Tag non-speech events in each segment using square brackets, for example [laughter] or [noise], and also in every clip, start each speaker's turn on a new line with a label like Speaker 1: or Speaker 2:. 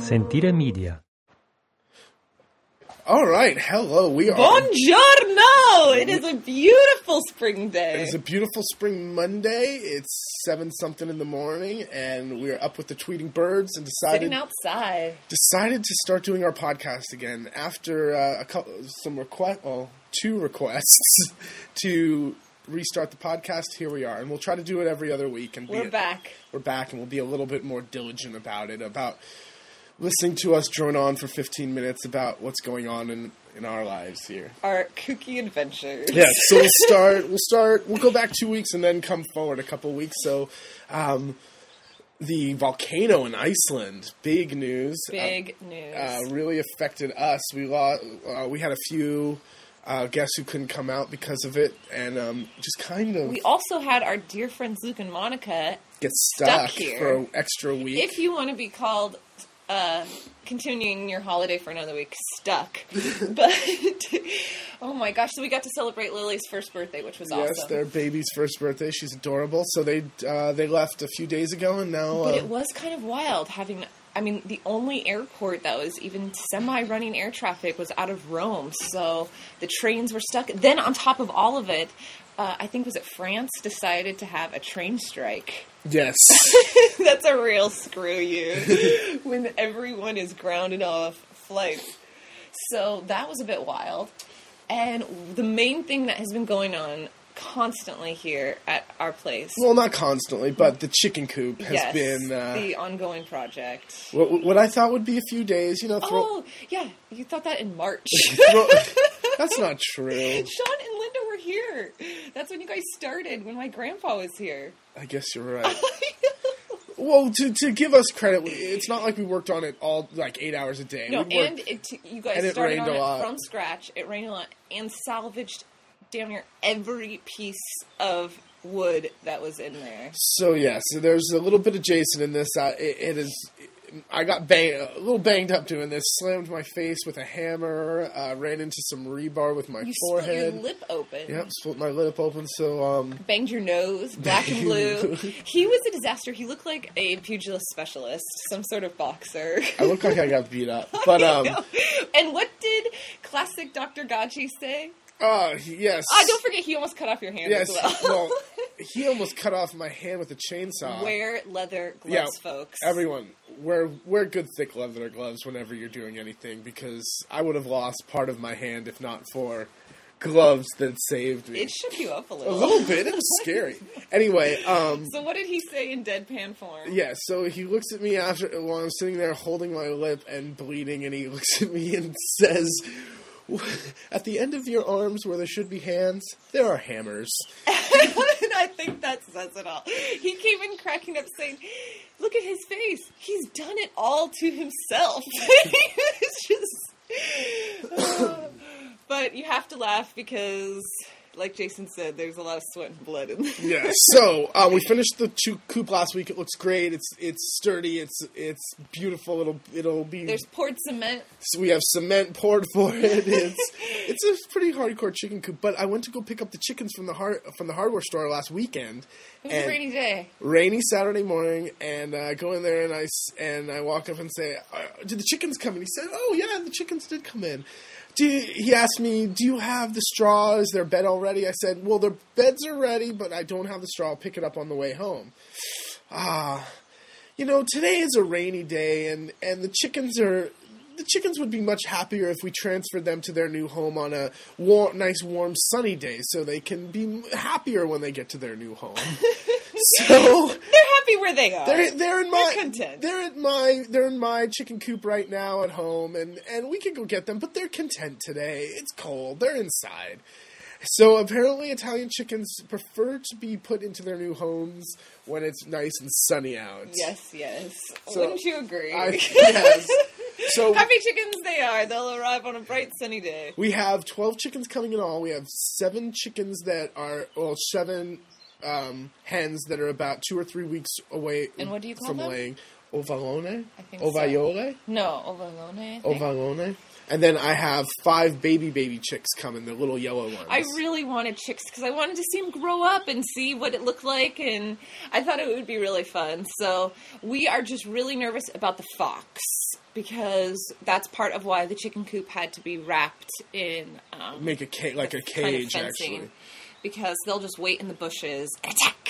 Speaker 1: Sentire Media.
Speaker 2: All right, hello. We are.
Speaker 3: Buongiorno! It is a beautiful spring day.
Speaker 2: It's a beautiful spring Monday. It's seven something in the morning, and we are up with the tweeting birds and decided
Speaker 3: Sitting outside.
Speaker 2: decided to start doing our podcast again after uh, a couple some request, well, two requests [laughs] to restart the podcast. Here we are, and we'll try to do it every other week. And be
Speaker 3: We're
Speaker 2: it-
Speaker 3: back.
Speaker 2: We're back, and we'll be a little bit more diligent about it. About listening to us drone on for fifteen minutes about what's going on in in our lives here.
Speaker 3: Our kooky adventures.
Speaker 2: Yeah, so we'll start. We'll start. We'll go back two weeks and then come forward a couple weeks. So, um, the volcano in Iceland, big news. uh,
Speaker 3: Big news.
Speaker 2: Uh, really affected us. We lost. Uh, we had a few uh, guests who couldn't come out because of it, and um, just kind of
Speaker 3: we also had our dear friends Luke and Monica.
Speaker 2: get stuck,
Speaker 3: stuck here.
Speaker 2: for an extra week.
Speaker 3: If you want to be called uh, continuing your holiday for another week, stuck.
Speaker 2: [laughs]
Speaker 3: but [laughs] oh my gosh, so we got to celebrate Lily's first birthday, which was
Speaker 2: Yes,
Speaker 3: awesome.
Speaker 2: their baby's first birthday. She's adorable. So they uh, they left a few days ago, and now
Speaker 3: But
Speaker 2: uh,
Speaker 3: it was kind of wild having. I mean, the only airport that was even semi running air traffic was out of Rome, so the trains were stuck. Then, on top of all of it, uh, I think was it France decided to have a train strike. [laughs]
Speaker 2: yes,
Speaker 3: That's a real screw [laughs] you when everyone is grounded off flights. So that was a bit wild. And the main thing that has been going on constantly here at our place
Speaker 2: well, not constantly, but the chicken coop has
Speaker 3: yes,
Speaker 2: been. Uh,
Speaker 3: the ongoing project.
Speaker 2: What, what I thought would be a few days, you know, throw,
Speaker 3: Oh, yeah. You thought that
Speaker 2: [laughs]
Speaker 3: in March. [laughs]
Speaker 2: throw- that's not true.
Speaker 3: Sean and Linda were here. That's when you guys started, when my grandpa was
Speaker 2: [laughs]
Speaker 3: here.
Speaker 2: I guess you're right. well, to, to give us credit, we- it's not like we worked on it all like eight hours a day.
Speaker 3: No,
Speaker 2: we worked,
Speaker 3: and it, t- you guys
Speaker 2: and it
Speaker 3: started
Speaker 2: rained
Speaker 3: on
Speaker 2: a
Speaker 3: it
Speaker 2: lot.
Speaker 3: from scratch. It rained a lot and salvaged damn near every piece of wood that was in there.
Speaker 2: so yeah, so there's a little bit of Jason in this. Uh, it, it is. I got bang, a little banged up doing this. Slammed my face with a hammer. Uh, ran into some rebar with my
Speaker 3: You
Speaker 2: forehead.
Speaker 3: split your lip open.
Speaker 2: Yep, split my lip open. So um,
Speaker 3: Banged your
Speaker 2: [laughs]
Speaker 3: nose, black and blue. he was a disaster. He looked like a pugilist specialist, some sort
Speaker 2: [laughs]
Speaker 3: of boxer. [laughs]
Speaker 2: I look like I got beat up. But um,
Speaker 3: and what did classic Dr. Gachi say?
Speaker 2: oh yes.
Speaker 3: Ah, don't forget, he almost cut off your hand
Speaker 2: Yes.
Speaker 3: as well. [laughs]
Speaker 2: well, he almost cut off my hand with a chainsaw.
Speaker 3: Wear leather gloves,
Speaker 2: yeah,
Speaker 3: folks.
Speaker 2: Everyone, wear wear good thick leather gloves whenever you're doing anything because I would have lost part of my hand if not for gloves that saved me.
Speaker 3: it shook you up
Speaker 2: a
Speaker 3: a little.
Speaker 2: little bit. It was scary. Anyway, um,
Speaker 3: So what did he say in deadpan form?
Speaker 2: yeah. So he looks at me after while I'm sitting there holding my lip and bleeding, and he looks at me and [laughs] says. At the end of your arms, where there should be hands, there are hammers.
Speaker 3: and [laughs] I think that says it all. He came in cracking up saying, Look at his face. He's done it all to himself. [laughs] it's just. uh, [sighs] but you have to laugh because, like Jason said, there's a lot of sweat and blood
Speaker 2: [laughs]
Speaker 3: in there.
Speaker 2: Yeah. So uh, we finished the two coupe last week. It looks great. It's it's sturdy. It's it's beautiful. It'll it'll be.
Speaker 3: There's poured cement.
Speaker 2: So we have cement poured for it.
Speaker 3: [laughs]
Speaker 2: It's it's a pretty hardcore chicken coop. But I went to go pick up the chickens from the har- from the hardware store last weekend.
Speaker 3: It was
Speaker 2: and-
Speaker 3: a rainy day.
Speaker 2: rainy Saturday morning, and uh, I go in there and I s- and I walk up and say, uh, "Did the chickens come?" And he said, "Oh yeah, the chickens did come in." Do you, he asked me, "Do you have the straw? Is their bed already?" I said, "Well, their beds are ready, but I don't have the straw. I'll pick it up on the way home." Ah, you know, today is a rainy day, and and the chickens are. The chickens would be much happier if we transferred them to their new home on a war- nice, warm, sunny day, so they can be happier when they get to their new home. so
Speaker 3: They're happy where they are.
Speaker 2: they're they're in my
Speaker 3: They're content.
Speaker 2: they're in my they're in my chicken coop right now at home, and and we can go get them. But they're content today. It's cold. They're inside. So apparently, Italian chickens prefer to be put into their new homes when it's nice and sunny out.
Speaker 3: Yes, yes.
Speaker 2: So,
Speaker 3: Wouldn't you agree? [laughs]
Speaker 2: I, yes. So
Speaker 3: Happy chickens they are. They'll arrive on a bright sunny day.
Speaker 2: we have twelve chickens coming in all. We have seven chickens that are well, seven um, hens that are about two or three weeks away.
Speaker 3: And what do you call
Speaker 2: from
Speaker 3: them?
Speaker 2: laying? Ovalone.
Speaker 3: I think so.
Speaker 2: Ovaiole.
Speaker 3: No, ovalone. I think.
Speaker 2: Ovalone. Oh, and then I have five baby baby chicks coming, the little yellow ones.
Speaker 3: I really wanted chicks because I wanted to see them grow up and see what it looked like, and I thought it would be really fun. So we are just really nervous about the fox because that's part of why the chicken coop had to be wrapped in um,
Speaker 2: make a ca- like a
Speaker 3: kind of
Speaker 2: cage actually.
Speaker 3: because they'll just wait in the bushes and attack.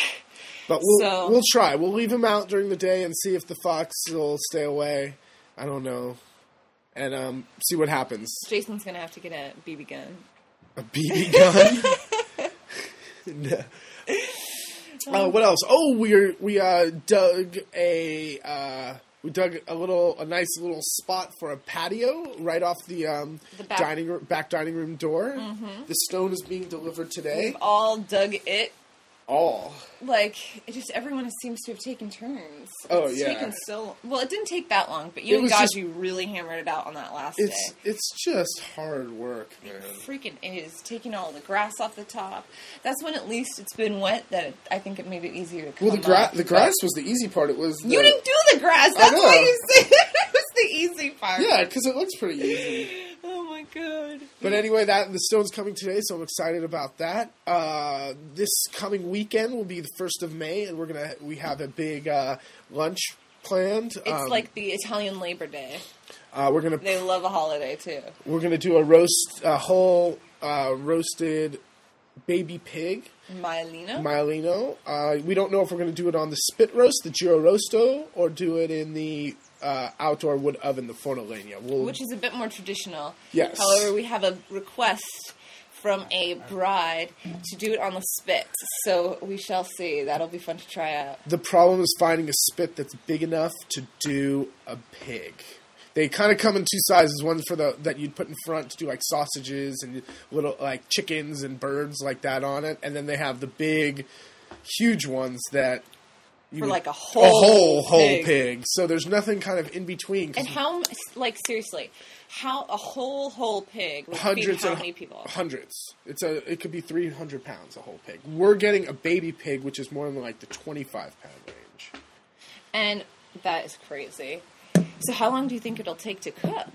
Speaker 2: But we'll
Speaker 3: So-
Speaker 2: we'll try. We'll leave him out during the day and see if the fox will stay away. I don't know, and um, see what happens.
Speaker 3: Jason's gonna have to get a BB gun.
Speaker 2: A BB
Speaker 3: [laughs]
Speaker 2: gun. no. Uh, what else? Oh, we we uh, dug a uh, we dug a little a nice little spot for a patio right off the, um,
Speaker 3: The back- Mm-hmm.
Speaker 2: dining room, back dining room door. The stone is being delivered today. Oh,
Speaker 3: We've all dug it.
Speaker 2: All
Speaker 3: Like it just everyone seems to have taken turns.
Speaker 2: Oh,
Speaker 3: It's
Speaker 2: yeah.
Speaker 3: taken so long. well, it didn't take that long, but you
Speaker 2: It
Speaker 3: and
Speaker 2: was
Speaker 3: Gaji
Speaker 2: just-
Speaker 3: really hammered it out on that last
Speaker 2: it's
Speaker 3: day.
Speaker 2: it's just hard work, man.
Speaker 3: Freaking is taking all the grass off the top. That's when at least it's been wet. That it, I think it made it easier to. Come
Speaker 2: Well, the gra-
Speaker 3: up.
Speaker 2: the grass was the easy part. It was the,
Speaker 3: You didn't do the grass. That's
Speaker 2: know.
Speaker 3: why you said [laughs] it was the easy part.
Speaker 2: yeah, because it looks pretty easy.
Speaker 3: Oh my god.
Speaker 2: But anyway, that the stone's coming today, so I'm excited about that. Uh, this coming weekend will be the first of May, and we're gonna we have a big uh, lunch planned. Um,
Speaker 3: It's like the Italian Labor Day.
Speaker 2: uh, we're gonna
Speaker 3: They love a holiday too.
Speaker 2: we're gonna do a roast a whole uh, roasted baby pig.
Speaker 3: Mylena.
Speaker 2: Milino. Uh, we don't know if we're going to do it on the spit roast, the Giro Rosto, or do it in the uh, outdoor wood oven, the Forno Legna. We'll,
Speaker 3: which is a bit more traditional.
Speaker 2: Yes.
Speaker 3: However, we have a request from a bride to do it on the spit, so we shall see. That'll be fun to try out.
Speaker 2: the problem is finding a spit that's big enough to do a pig. They kind of come in two sizes. One for the that you'd put in front to do like sausages and little like chickens and birds like that on it, and then they have the big, huge ones that you
Speaker 3: For,
Speaker 2: would-
Speaker 3: like, a
Speaker 2: a
Speaker 3: whole
Speaker 2: whole whole
Speaker 3: pig.
Speaker 2: pig. So there's nothing kind of in between. 'cause
Speaker 3: And how, like, seriously, how a whole whole pig would feed
Speaker 2: hundreds
Speaker 3: how
Speaker 2: and
Speaker 3: many people?
Speaker 2: hundreds it's a it could be 300 pounds a whole pig we're getting a baby pig which is more than like the 25 pound range
Speaker 3: And that is crazy. So, how long do you think it'll take to cook?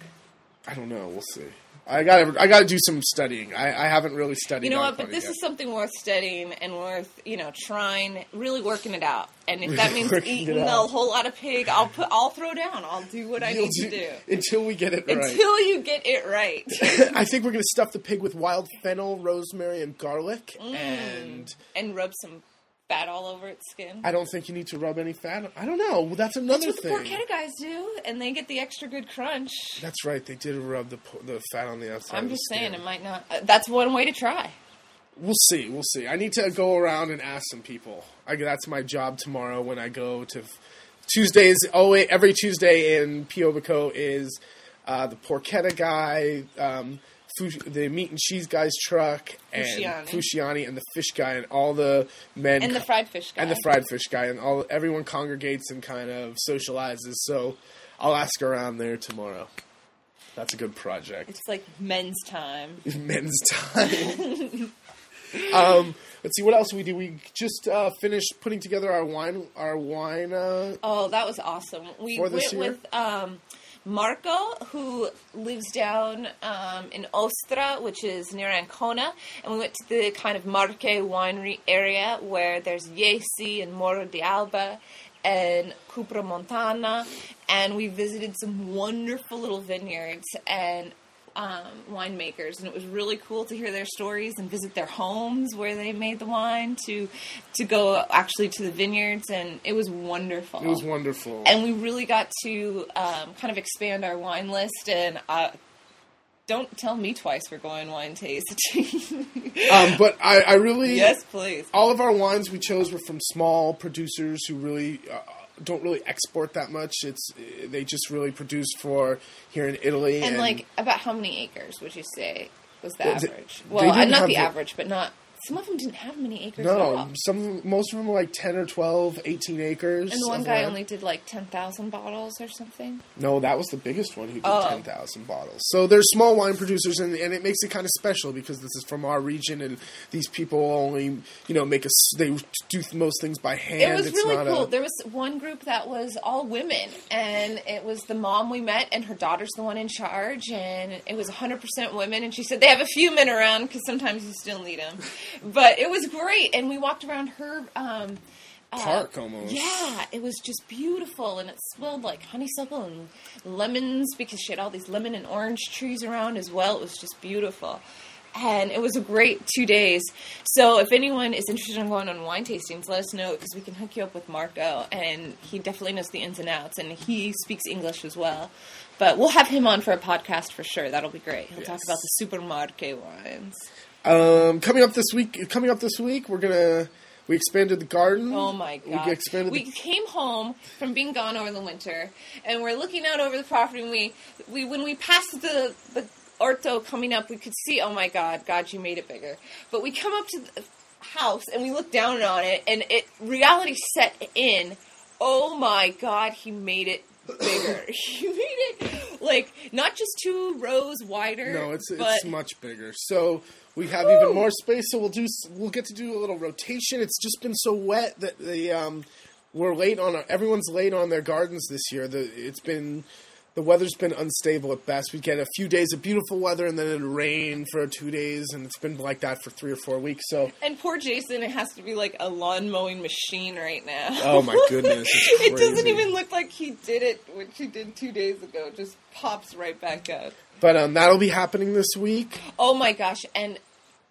Speaker 2: i don't know we'll see i gotta i gotta do some studying i, I haven't really studied
Speaker 3: You know what?
Speaker 2: that
Speaker 3: But this
Speaker 2: yet.
Speaker 3: is something worth studying and worth, you know, trying, really working it out. And if
Speaker 2: [laughs]
Speaker 3: that means
Speaker 2: Working it
Speaker 3: eating a
Speaker 2: out.
Speaker 3: whole lot of pig, I'll put, I'll throw down. I'll do what I
Speaker 2: You'll
Speaker 3: need to do.
Speaker 2: [laughs] until we get it
Speaker 3: until you get it right.
Speaker 2: [laughs] right i think we're gonna stuff the pig with wild fennel rosemary and garlic
Speaker 3: Mm.
Speaker 2: and
Speaker 3: and rub some fat all over its skin.
Speaker 2: i don't think you need to rub any fat i don't know well that's another
Speaker 3: That's what the
Speaker 2: thing
Speaker 3: poor Porchetta guys do, and they get the extra good crunch.
Speaker 2: that's right they did rub the po- the fat on the outside
Speaker 3: I'm
Speaker 2: of the
Speaker 3: just saying,
Speaker 2: skin.
Speaker 3: it might not. uh, that's one way to try.
Speaker 2: We'll see. We'll see. I need to go around and ask some people. I, that's my job tomorrow when I go to Tuesdays. Always every Tuesday in Piobico is uh, the porchetta guy, um, Fu- the meat and cheese guy's truck, and
Speaker 3: Fusciani.
Speaker 2: Fusciani, and the fish guy, and all the men
Speaker 3: And the
Speaker 2: co-
Speaker 3: fried fish guy.
Speaker 2: and the fried fish guy, and all everyone congregates and kind of socializes. So I'll ask around there tomorrow. That's a good project
Speaker 3: It's like men's time.
Speaker 2: men's time. [laughs] um, let's see what else we do. We just uh, finished putting together our wine. Our wine. Uh,
Speaker 3: Oh, that was awesome. We
Speaker 2: For
Speaker 3: went
Speaker 2: this year?
Speaker 3: with um, Marco, who lives down um, in Ostra, which is near Ancona, and we went to the kind of Marche winery area where there's Yesi and Moro di Alba and Cupra Montana, and we visited some wonderful little vineyards and um, winemakers, and it was really cool to hear their stories and visit their homes where they made the wine. To to go actually to the vineyards, and it was wonderful.
Speaker 2: it was wonderful.
Speaker 3: Oh. and we really got to um, kind of expand our wine list. And uh, don't tell me twice we're going wine tasting.
Speaker 2: um, but I, I really
Speaker 3: [laughs] yes, please.
Speaker 2: all of our wines we chose were from small producers who really uh, don't really export that much. It's they just really produce for here in Italy
Speaker 3: And like, about how many acres would you say was the
Speaker 2: th-
Speaker 3: average?
Speaker 2: they
Speaker 3: Well, uh,
Speaker 2: didn't
Speaker 3: not
Speaker 2: have
Speaker 3: the
Speaker 2: the-
Speaker 3: average, but not Some of them didn't have many acres at all.
Speaker 2: No, some most of them were like 10 or 12, 18 acres.
Speaker 3: And the one
Speaker 2: of
Speaker 3: guy
Speaker 2: land.
Speaker 3: only did like 10,000 bottles or something.
Speaker 2: No, that was the biggest one. He did
Speaker 3: Oh.
Speaker 2: 10,000 bottles. So there's small wine producers, and, and it makes it kind of special because this is from our region, and these people only, you know, make us, they do most things by hand.
Speaker 3: it was
Speaker 2: It's
Speaker 3: really
Speaker 2: not
Speaker 3: cool.
Speaker 2: a-
Speaker 3: There was one group that was all women, and it was the mom we met, and her daughter's the one in charge, and it was 100% women. And she said they have a few men around because sometimes you still need them, but it was great. And we walked around her um, uh,
Speaker 2: Park almost.
Speaker 3: Yeah, it was just beautiful, and it smelled like honeysuckle and lemons because she had all these lemon and orange trees around as well. It was just beautiful. And it was a great two days. So, if anyone is interested in going on wine tastings, let us know because we can hook you up with Marco, and he definitely knows the ins and outs, and he speaks English as well. But we'll have him on for a podcast for sure. That'll be great. He'll talk
Speaker 2: Yes.
Speaker 3: about the supermarket wines.
Speaker 2: Um, coming up this week, coming up this week, we're gonna we expanded the garden.
Speaker 3: Oh my god!
Speaker 2: We expanded.
Speaker 3: We
Speaker 2: the,
Speaker 3: came home from being gone over the winter, and we're looking out over the property. And we, we when we passed the the orto coming up, we could see. Oh my god, God, you made it bigger. But we come up to the house and we look down on it, and it reality set in. Oh my god, he made it bigger. [laughs] he made it like not just two rows wider.
Speaker 2: no, it's
Speaker 3: but
Speaker 2: it's much bigger. So we have
Speaker 3: Woo!
Speaker 2: even more space. So we'll do s- we'll get to do a little rotation. It's just been so wet that the um we're late on our, everyone's late on their gardens this year. The it's been. The weather's been unstable at best. We get a few days of beautiful weather and then it rain for two days, and it's been like that for three or four weeks. So
Speaker 3: And poor Jason, it has to be like a lawn mowing machine right now.
Speaker 2: Oh my goodness, it's
Speaker 3: [laughs] it doesn't
Speaker 2: crazy.
Speaker 3: even look like he did it, which he did two days ago. It Just pops right back up.
Speaker 2: But um, that'll be happening this week.
Speaker 3: Oh my gosh! And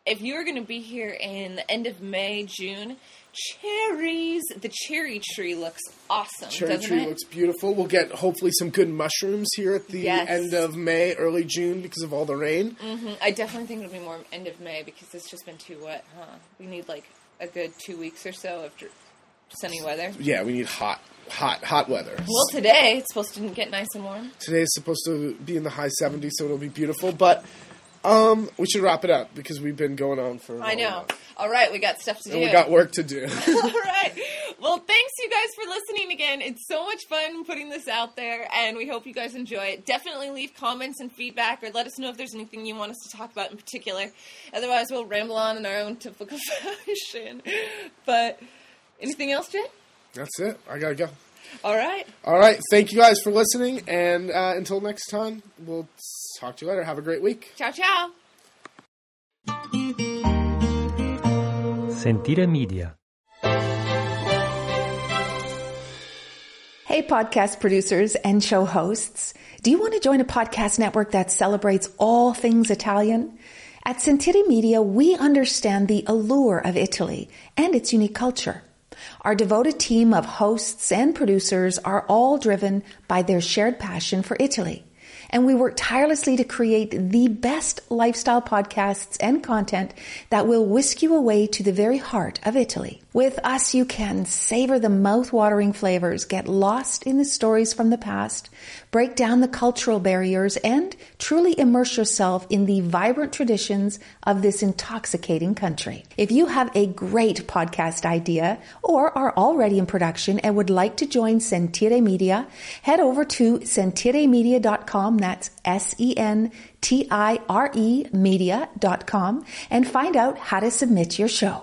Speaker 3: if you're going to be here in the end of May, June, cherries. The cherry tree looks awesome.
Speaker 2: Cherry
Speaker 3: doesn't
Speaker 2: tree
Speaker 3: it?
Speaker 2: looks beautiful. We'll get hopefully some good mushrooms here at the
Speaker 3: Yes.
Speaker 2: end of May, early June because of all the rain.
Speaker 3: Mhm. I definitely think it'll be more end of May because it's just been too wet, huh? We need like a good two weeks or so of dr- sunny weather.
Speaker 2: Yeah, we need hot, hot, hot weather.
Speaker 3: Well, today it's supposed to get nice and warm.
Speaker 2: Today is supposed to be in the high 70s, so it'll be beautiful. But um, we should wrap it up because we've been going on for. a
Speaker 3: I
Speaker 2: long
Speaker 3: know.
Speaker 2: while.
Speaker 3: All right, we got stuff to do.
Speaker 2: And we got work to do.
Speaker 3: [laughs] All right. Well, thanks you guys for listening again. It's so much fun putting this out there, and we hope you guys enjoy it. Definitely leave comments and feedback, or let us know if there's anything you want us to talk about in particular. Otherwise, we'll ramble on in our own typical [laughs] fashion. But anything else, Jay?
Speaker 2: That's it. I gotta go.
Speaker 3: All right.
Speaker 2: All right. Thank you guys for listening, and uh, until next time, we'll talk to you later. Have a great week.
Speaker 3: Ciao, ciao.
Speaker 1: Sentire Media.
Speaker 4: Hey, podcast producers and show hosts. Do you want to join a podcast network that celebrates all things Italian? At Sentiti Media, we understand the allure of Italy and its unique culture. Our devoted team of hosts and producers are all driven by their shared passion for Italy. And we work tirelessly to create the best lifestyle podcasts and content that will whisk you away to the very heart of Italy. With us, you can savor the mouth-watering flavors, get lost in the stories from the past, break down the cultural barriers, and truly immerse yourself in the vibrant traditions of this intoxicating country. If you have a great podcast idea or are already in production and would like to join Sentire Media, head over to sentiremedia.com. That's S E N T I R E media.com and find out how to submit your show.